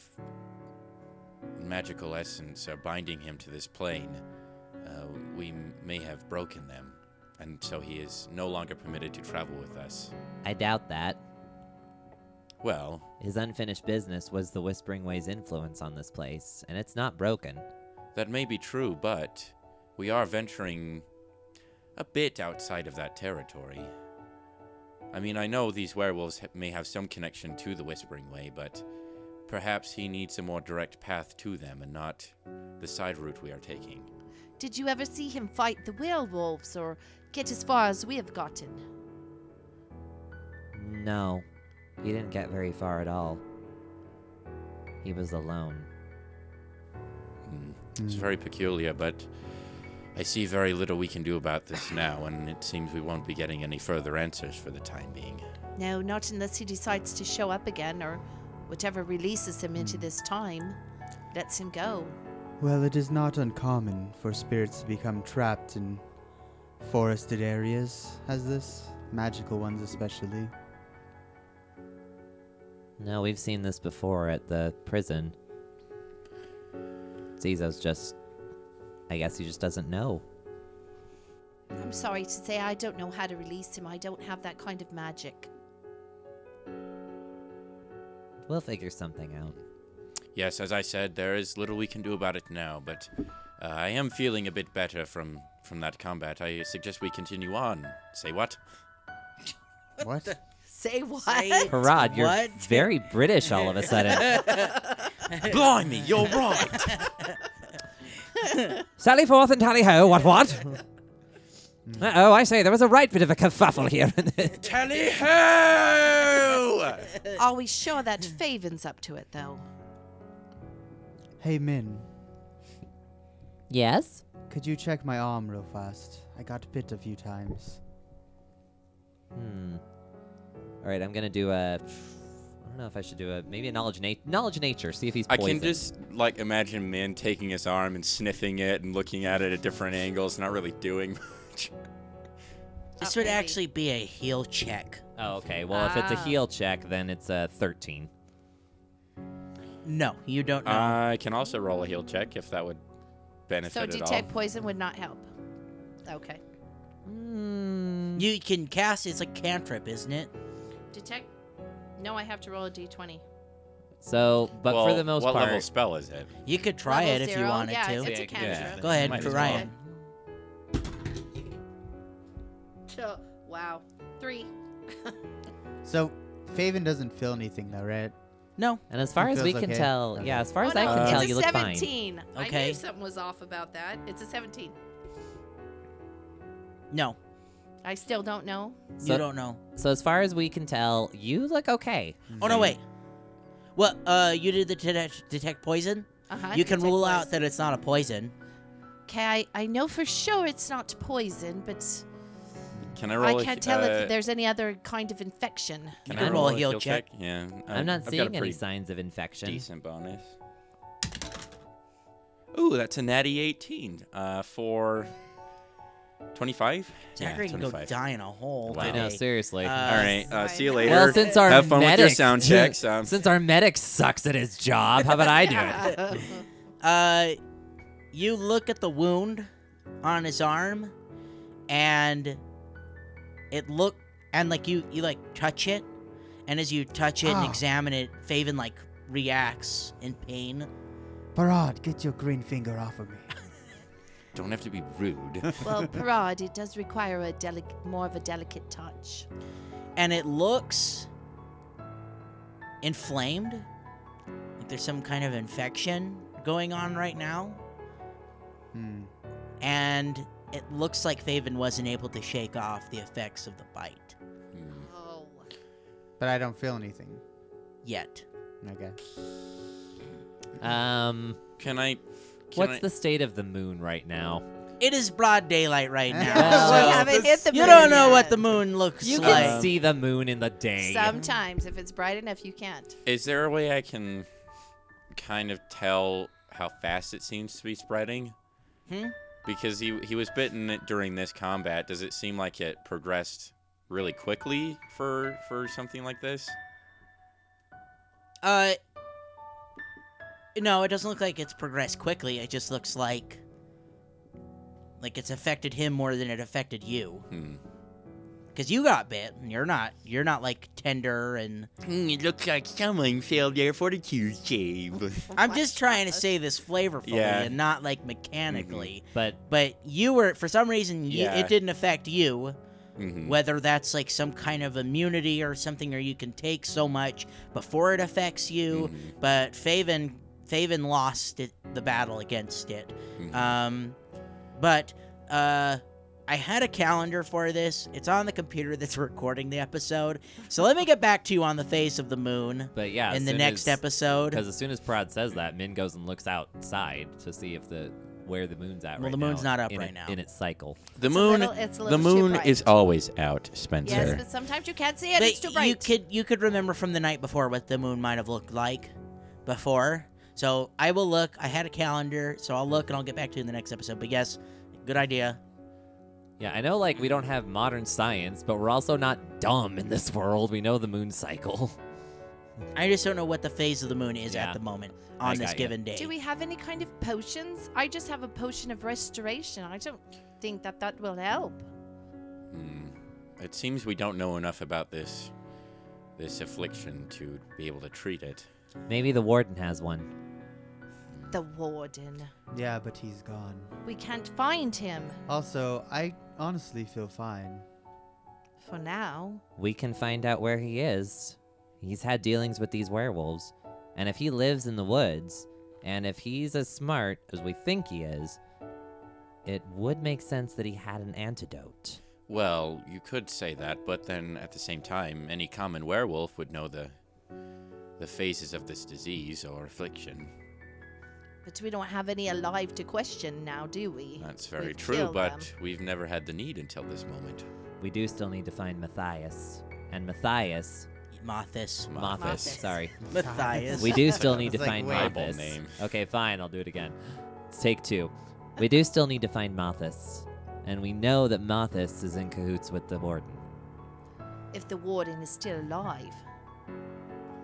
magical essence are binding him to this plane, uh, we m- may have broken them, and so he is no longer permitted to travel with us. I doubt that. Well, His unfinished business was the Whispering Way's influence on this place, and it's not broken. that may be true, but we are venturing a bit outside of that territory. I mean, I know these werewolves ha- may have some connection to the Whispering Way, but perhaps he needs a more direct path to them and not the side route we are taking. Did you ever see him fight the werewolves or get as far as we have gotten? No, he didn't get very far at all. He was alone. Mm. It's very peculiar, but I see very little we can do about this now, and it seems we won't be getting any further answers for the time being. No, not unless he decides to show up again or whatever releases him into this time lets him go. Well, it is not uncommon for spirits to become trapped in forested areas, as this, magical ones especially. No, we've seen this before at the prison. Zizo's just. I guess he just doesn't know. I'm sorry to say I don't know how to release him. I don't have that kind of magic. We'll figure something out. Yes, as I said, there is little we can do about it now, but uh, I am feeling a bit better from from that combat. I suggest we continue on. Say what? What? Say what? Say- Parad, you're What? very British all of a sudden. Blimey, you're right. Sally forth and tally ho, what what? Hmm. Uh oh, I say, there was a right bit of a kerfuffle here. [laughs] Tally ho! Are we sure that Faven's up to it, though? hey, Min, yes? could you check my arm real fast? I got bit a few times. Hmm. All right, I'm gonna do a. I don't know if I should do a maybe a knowledge na- knowledge nature. See if he's I poisoned. can just like imagine Min taking his arm and sniffing it and looking at it at different angles, not really doing [laughs] much. This Uh, would maybe. actually be a heal check. Oh, okay. Well, if it's a Ah. heal check, then it's a 13. No, you don't know. I can also roll a heal check if that would benefit So at detect all? poison would not help. Okay. Mm, You can cast it's a cantrip, isn't it? Detect. No, I have to roll a d20. so, but well, for the most what part, level spell is it? You could try Level it if you zero? wanted yeah, to. It's, it's a Yeah, cantrip. Go ahead, Might as Ryan. Oh, wow. Three. So, Faven doesn't feel anything though, right? No. and as far It as we feels can okay. tell, Okay. yeah, as far as Oh, I no, can it's tell, a you look fine. 17. I Okay. knew something was off about that. It's a 17. No. I still don't know. you So- don't know. So as far as we can tell, you look okay. Oh no, wait. Well, uh, you did the detect, detect poison. Uh-huh. you can detect rule out poison. that it's not a poison. Okay, I, I know for sure it's not poison, but Can I I roll? a- can't tell uh, if there's any other kind of infection. Can You I can roll a heal check? check. Yeah, I- I'm not I've got a seeing any pretty signs of infection. Decent bonus. Ooh, that's a natty 18 uh, for 25. Zachary yeah, can go 25. die in a hole. Wow. I know, today. seriously. Uh, All right, uh, see you Well, later. well, since our Have fun with medic your [laughs] sound checks. Um, since our medic sucks at his job, how about I do it? Uh, you look at the wound on his arm, and it look and like you you like touch it, and as you touch it and Ah. examine it, Faven like reacts in pain. Barad, get your green finger off [laughs] of me. don't have to be [laughs] rude. well, Parad, it does require a delic- more of a delicate touch. and it looks inflamed. Like there's some kind of infection going on right now. Hmm. And it looks like Faven wasn't able to shake off the effects of the bite [laughs] Hmm. Oh. But I don't feel anything. yet. Okay. Um, Can I? Can what's I, the state of the moon right now? It is broad daylight [laughs] right now. Well, so we haven't hit the you don't moon know yet. what the moon looks You like. can see the moon in the day. Sometimes, if it's bright enough, you can't. Is there a way I can kind of tell how fast it seems to be spreading? Hmm? Because he he was bitten during this combat. Does it seem like it progressed really quickly for for something like this? Uh, no, it doesn't look like it's progressed quickly. It just looks like like it's affected him more than it affected you. Hmm. because you got bit and you're not you're not like tender and Hmm, it looks like someone failed their fortitude save. i'm just trying to say this flavorfully Yeah. Mm-hmm. and not like mechanically But but you were for some reason you, Yeah. it didn't affect you hmm whether that's like some kind of immunity or something or you can take so much before it affects you Mhm. but faven faven lost it, the battle against it Mhm. Um, but uh, I had a calendar for this. It's on the computer that's [laughs] recording the episode. So let me get back to you on the face of the moon but yeah, in the next episode. because as soon as Prod says that, Min goes and looks outside to see if the where the moon's at. Well, right the moon's now not up in right it- now. in its cycle. It's the a moon, little- it's a the little too moon bright. is always out, Yes, Spencer. but sometimes you can't see it. it's But too bright. You could you could remember from the night before what the moon might have looked like before. So I will look. I had a calendar, so I'll look and I'll get back to you in the next episode. But yes, good idea. Yeah, I know like we don't have modern science, but we're also not dumb in this world. We know the moon cycle. [laughs] I just don't know what the phase of the moon is Yeah. at the moment I on this got ya. given day. Do we have any kind of potions? I just have a potion of restoration. I don't think that that will help. Hmm. It seems we don't know enough about this this affliction to be able to treat it. Maybe the warden has one. The warden. Yeah, but he's gone. We can't find him Also, I honestly feel fine. for now. We can find out where he is. He's had dealings with these werewolves, and if he lives in the woods, and if he's as smart as we think he is, it would make sense that he had an antidote. Well, you could say that, but then at the same time, any common werewolf would know the the phases of this disease or affliction. But we don't have any alive to question now, do we? That's very We've true, killed but them. we've never had the need until this moment. We do still need to find Matthias. And Matthias, Mothis, Mothis, Mothis. sorry. Matthias. We do still need It's to like, find wait. Horrible Mothis. name. Okay, fine, I'll do it again. It's take two. We do still need to find Mothis. And we know that Mothis is in cahoots with the warden. If the warden is still alive.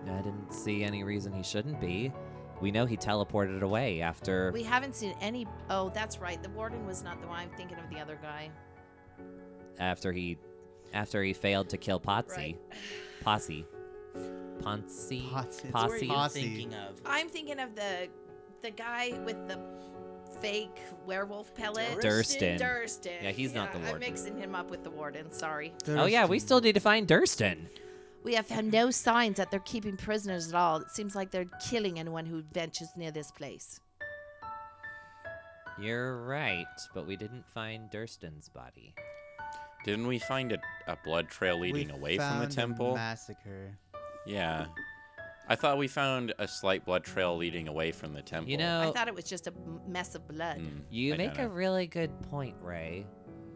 I didn't see any reason he shouldn't be. We know he teleported away after. We haven't seen any. Oh, that's right. The warden was not the one. I'm thinking of the other guy. after he after he failed to kill Potsy. Right. Posse. Ponzi. Potsy. That's what Posse. you're Posse. thinking of. I'm thinking of the the guy with the fake werewolf pellet. Durston. Durston. Yeah, he's not the I'm warden. mixing him up with the warden. Sorry. Oh yeah, we still need to find Durston. We have found no signs that they're keeping prisoners at all. It seems like they're killing anyone who ventures near this place. You're right, but we didn't find Durston's body. Didn't we find a, a blood trail We leading away from the found a temple? massacre. yeah. I thought we found a slight blood trail leading away from the temple. You I know, thought it was just a m- mess of blood. Mm, you I make a don't know. really good point, Ray.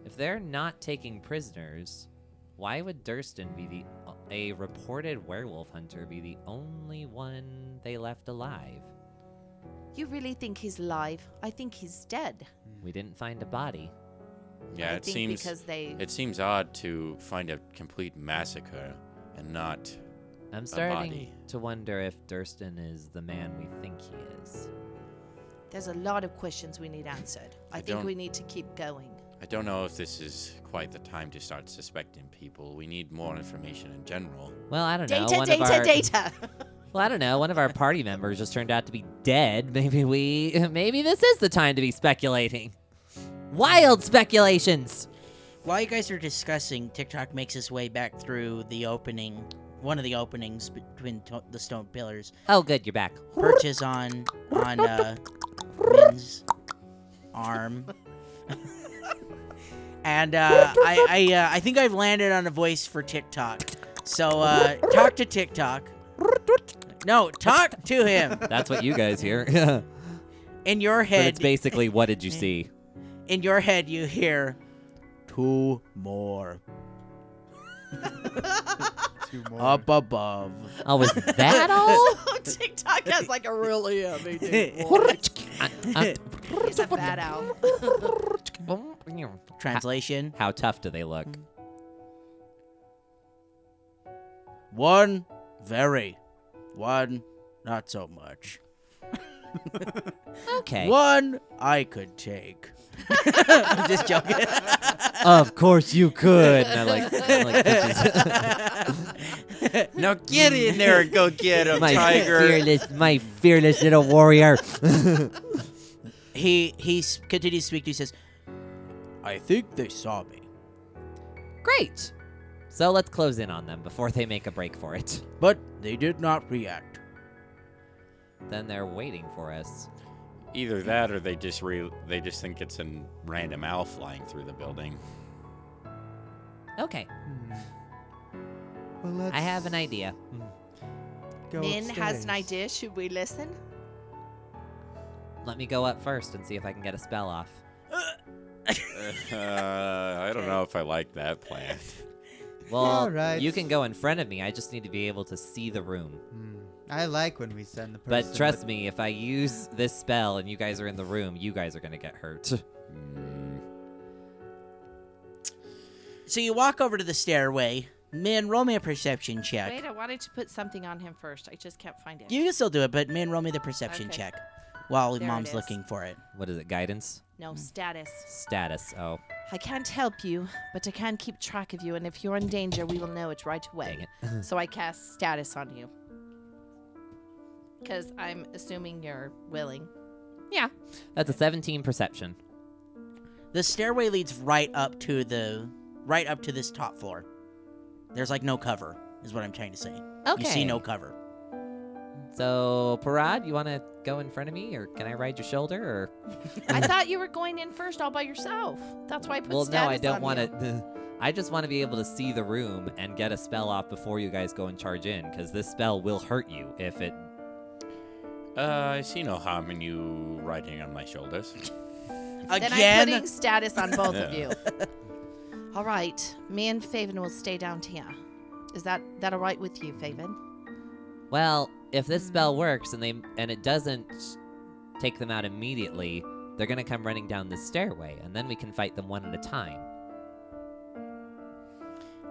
If they're not taking prisoners, why would Durston be the uh, a reported werewolf hunter be the only one they left alive? You really think he's alive? I think he's dead. We didn't find a body. yeah, I it think seems because they it seems odd to find a complete massacre and not. I'm starting body. to wonder if Durston is the man we think he is. there's a lot of questions we need answered. I, I think don't- we need to keep going. I don't know if this is quite the time to start suspecting people. We need more information in general. Well, I don't know. Data, one of data, our, data. Well, I don't know. One of our party members just turned out to be dead. [laughs] Maybe we. Maybe this is the time to be speculating. Wild speculations. While you guys are discussing, TikTok makes his way back through the opening, one of the openings between to- the stone pillars, Oh, good, you're back. perches on on uh, Min's arm, [laughs] and uh, I I, uh, I think I've landed on a voice for TikTok. So uh, talk to TikTok. No, talk to him That's what you guys hear. [laughs] but in your [laughs] it's head. basically, what did you see? in your head, you hear two more Two more. up above. Oh, was [laughs] [laughs] that all? TikTok has like a really heavy deep voice. I- He's a bad owl. I'm- [laughs] Translation. How tough do they look? One, very. One, not so much. Okay. One, I could take. [laughs] I'm just joking. Of course you could. And I like, I like pitches- Now get in there and [laughs] go get him, [laughs] my tiger. fearless, my fearless little warrior. [laughs] he he s- continues to speak. to you, He says, "I think they saw me, Great. So let's close in on them before they make a break for it. but they did not react." Then they're waiting for us. Either that, or they just re- they just think it's a random owl flying through the [laughs] building. Okay, Hmm. Well, let's I have an idea. go [laughs] Min has upstairs. an idea. Should we listen? Let me go up first and see if I can get a spell off. Uh, I don't know if I like that [laughs] plan. Well, Alright. you can go in front of me. I just need to be able to see the room. Hmm. I like when we send the person. But trust me, if I use this spell and you guys are in the room, you guys are gonna get hurt. Mm, So you walk over to the stairway. Man, roll me a perception check. Wait, I wanted to put something on him first. I just can't find it. You can still do it, but man, roll me the perception Okay. check while There it mom's is. looking for it. What is it? Guidance? No status. Status? Oh, I can't help you, but I can keep track of you, and if you're in danger, we will know it right away. dang [laughs] it. so I cast status on you. Because I'm assuming you're willing. Yeah. That's a 17 perception. The stairway leads right up to the right up to this top floor. There's like no cover, is what I'm trying to say. Okay. You see no cover. So, Parad, you want to go in front of me, or can I ride your shoulder, or I thought you were going in first all by yourself. That's why I put Well, status no, I don't on want you. to. [laughs] I just want to be able to see the room and get a spell off before you guys go and charge in, because this spell will hurt you if it. uh, I see no harm in you riding on my shoulders. Then Again, I'm putting status on both of Yeah. [laughs] you. [laughs] All right. Me and Faven will stay down here. Is that that all right with you, Faven? Well, if this spell works and they and it doesn't take them out immediately, they're gonna come running down the stairway, and then we can fight them one at a time.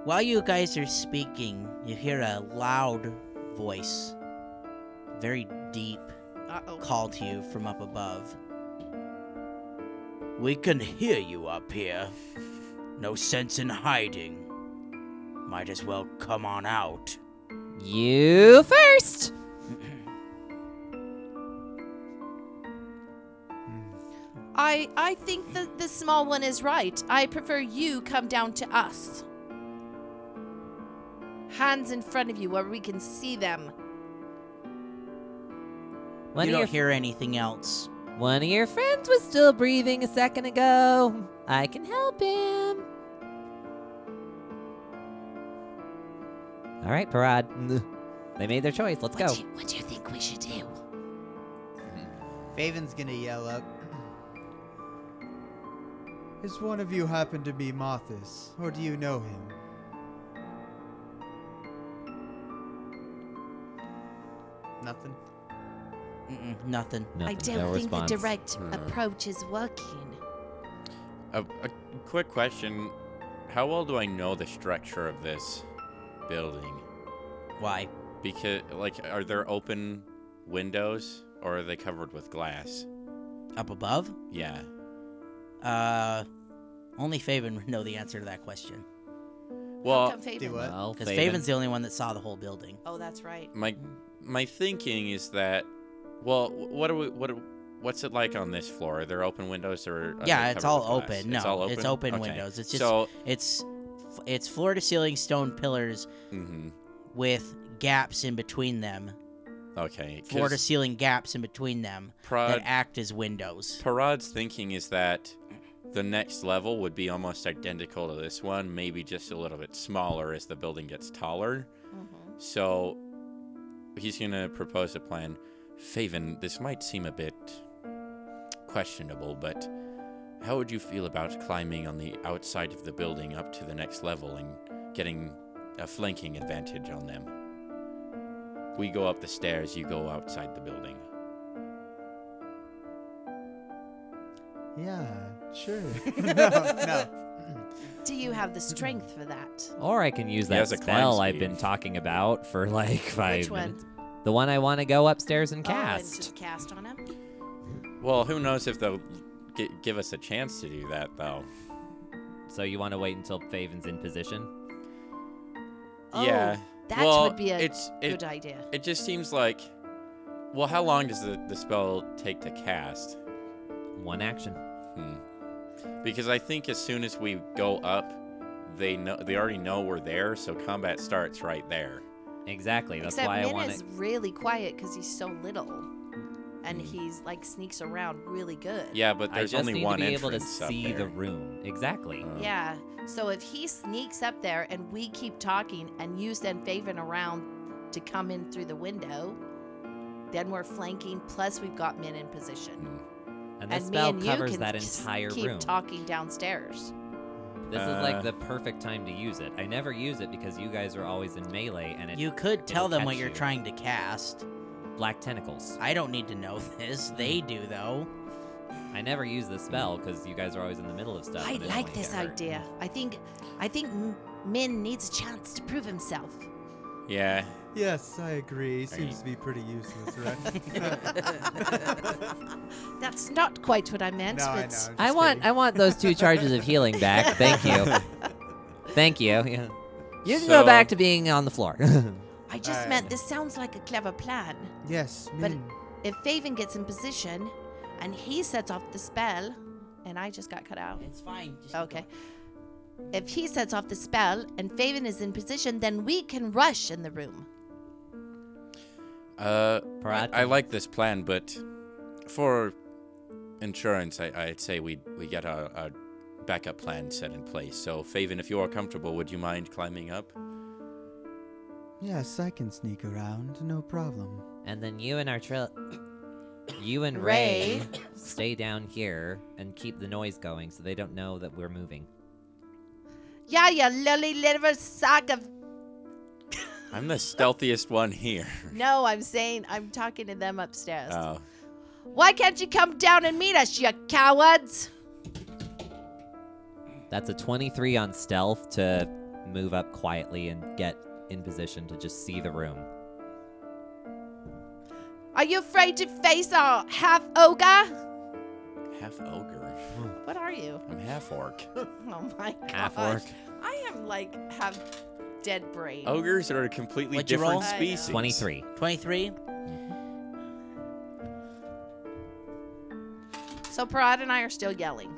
while you guys are speaking, you hear a loud voice, very deep, Uh-oh. called to you from up above. We can hear you up here. No sense in hiding. Might as well come on out. You first. I I think that the small one is right. I prefer you come down to us. Hands in front of you where we can see them. One you don't of your hear anything else. one of your friends was still breathing a second ago. I can help him. All right, [laughs] Parad. They made their choice. Let's What, go. do you, what do you think we should do? Faven's gonna yell up. [clears throat] Is one of you happen to be Mothis, or do you know him? Nothing. Mm-mm, nothing. I Nothing, don't no think response. the direct Hmm. approach is working. A, a quick question: How well do I know the structure of this building? Why? Because, like, are there open windows or are they covered with glass? Up above? Yeah. Uh, only Faven would know the answer to that question. Well, Come, Faven. Do what? Well, Because Faven- Faven's the only one that saw the whole building. Oh, that's right. my my thinking is that, well, wh- what are we? What? Are, what's it like on this floor? Are there open windows or? are Yeah, they it's covered all with glass? open. it's No, all open. it's open Okay. windows. It's just- so. It's f- it's floor to ceiling stone pillars hmm with gaps in between them, Okay. floor to 'cause Uh, ceiling gaps in between them that Prod, act as windows. Parad's thinking is that the next level would be almost identical to this one, maybe just a little bit smaller as the building gets taller. So he's going to propose a plan. Faven, this might seem a bit questionable, but how would you feel about climbing on the outside of the building up to the next level and getting a flanking advantage on them? We go up the stairs, you go outside the building. Yeah, sure. [laughs] no, no. Do you have the strength for that? Or I can use He that has a climb spell I've speed. been talking about for like five Which one? minutes. The one I want to go upstairs and Oh, and cast. just cast on him. Well, who knows if they'll gi- give us a chance to do that, though. so you want to wait until Faven's in position? Oh, yeah. That well, would be a it's, it, good idea. It just seems like. Well, how long does the, the spell take to cast? One action. Hmm. Because I think as soon as we go up, they know they already know we're there, so combat starts right there. Exactly. That's Except why Min I want is to. really quiet because he's so little, and Mm. he's like sneaks around really good. Yeah, but I there's just only need one to be able entrance to up see the there. room. Exactly. Uh, Yeah. So if he sneaks up there and we keep talking and you send Faven around to come in through the window, then we're flanking. Plus, we've got Min in position. Mm. and the And spell me and covers you can that s- entire keep room. talking downstairs. This is Uh. like the perfect time to use it. I never use it because you guys are always in melee and it You could tell them what catch you're you. trying to cast. black tentacles. I don't need to know [laughs] this. They do, though. I never use this spell because you guys are always in the middle of stuff. I and don't like wanna get this hurt. idea. I think, I think M- Min needs a chance to prove himself. Yeah. Yes, I agree. Seems Seems to be pretty useless, right? [laughs] That's not quite what I meant. no, I know. but I want I want those two charges of healing back. Thank you. [laughs] Thank you. Yeah. You can go back So- to being on the floor. [laughs] I just Alright. meant this sounds like a clever plan. Yes, But- Min. If Faven gets in position and he sets off the spell, and I just got cut out. It's fine. Just Okay. If he sets off the spell and Faven is in position, then we can rush in the room. Uh, I, Parad- I like this plan, but for insurance, I, I'd say we we get a, a backup plan set in place. So, Faven, if you are comfortable, would you mind climbing up? Yes, I can sneak around, no problem. and then you and our [coughs] trill, you and Ray. Ray, stay down here and keep the noise going so they don't know that we're moving. Yeah, yeah, lily liver sack of. I'm the stealthiest one [laughs] here. No, I'm saying I'm talking to them upstairs. Oh, Why can't you come down and meet us, you cowards? That's a 23 on stealth to move up quietly and get in position to just see the room. Are you afraid to face our half ogre? Half ogre. What are you? I'm half orc. [laughs] Oh my gosh. Half orc. I am like have dead brain. Ogres are a completely What'd you roll? different I know. species. [laughs] 23. 23. So Parad and I are still yelling.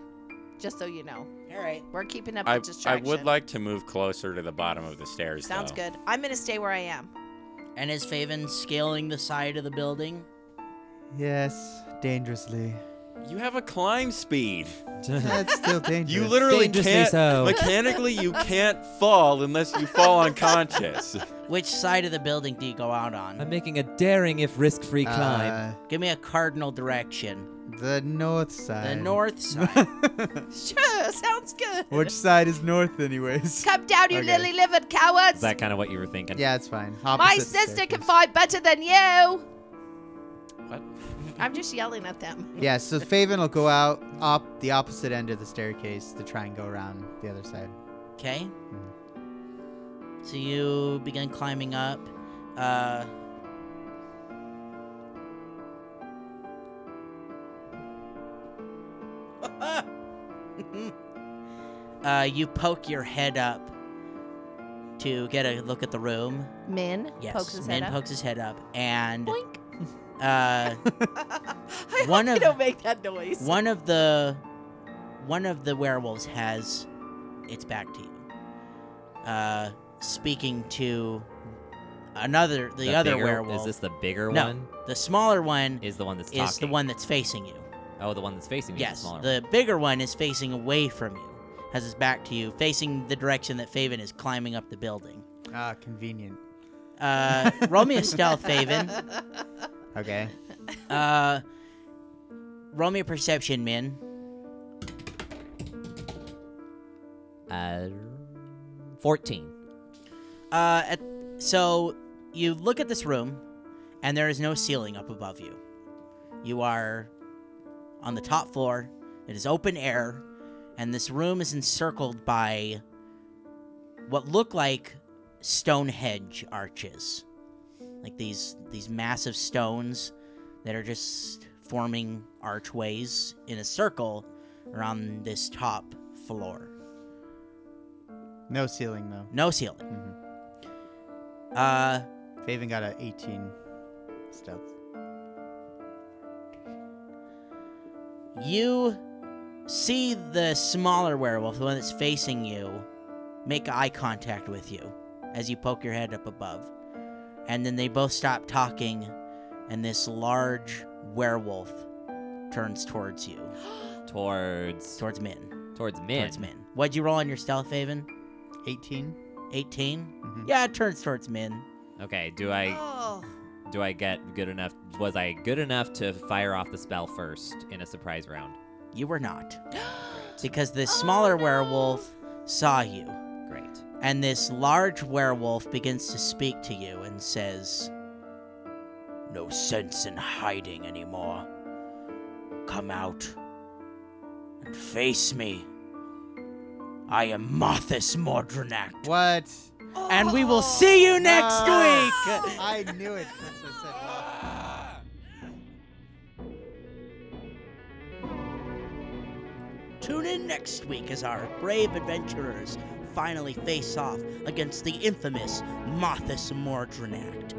Just so you know. All right. We're keeping up I, with I distraction. would like to move closer to the bottom of the stairs. Sounds though. good. I'm gonna stay where I am. [laughs] And is Faven scaling the side of the building? Yes, dangerously. You have a climb speed. [laughs] That's still dangerous. You literally Dangerously can't. so. Mechanically, you can't fall unless you fall [laughs] unconscious. Which side of the building do you go out on? I'm making a daring if risk-free climb. Uh, Give me a cardinal direction. the north The side. north side. north. Sure, sounds good. Which side is north, [laughs] anyways? Come down, you Okay. lily livered cowards! Is that kind of what you were thinking? Yeah, it's fine. My Opposite sister can staircase. fight better than you. What? I'm just yelling at them. Yeah, so Faven will go out up the opposite end of the staircase to try and go around the other side. Okay. So you begin climbing up. Uh, [laughs] uh, you poke your head up to get a look at the room. Min Yes, pokes his Min head up. pokes his head up, and Boink. [laughs] uh, I One [laughs] hope you of- don't make that noise. one of the one of the werewolves has its back to you, uh, speaking to another the, other bigger, werewolf. Is this the bigger No. one? The smaller one Is the one that's is the talking. one that's facing you. Oh, the one that's facing me. is yes, the smaller the bigger one is facing away from you, has its back to you, facing the direction that Faven is climbing up the building. Ah, convenient. Uh, [laughs] roll me a stealth, Faven. Okay. Uh, roll me a perception, Min. one. Uh, 14. Uh, at, so you look at this room, and there is no ceiling up above you. You are on the top floor. It is open air, and this room is encircled by what look like Stonehenge arches, like these these massive stones that are just forming archways in a circle around this top floor. No ceiling though. No ceiling. Uh. Faven got a 18 stealth. You see the smaller werewolf, the one that's facing you, make eye contact with you as you poke your head up above. And then they both stop talking, and this large werewolf turns towards you, Towards. towards Min. towards Min. Towards Min. What'd you roll on your stealth, Faven? 18? 18? Mhm. Yeah, it turns towards Min. Okay, do I Oh, do I get good enough? Was I good enough to fire off the spell first in a surprise round? You were not. because this smaller werewolf saw you. Great. And this large werewolf begins to speak to you and says, No sense in hiding anymore. Come out and face me. I am Mothis Mordranak. What? And we Oh. will see you next [laughs] No. week! I knew it. That's what I said. Tune in next week as our brave adventurers finally face off against the infamous Mothis Mordranak.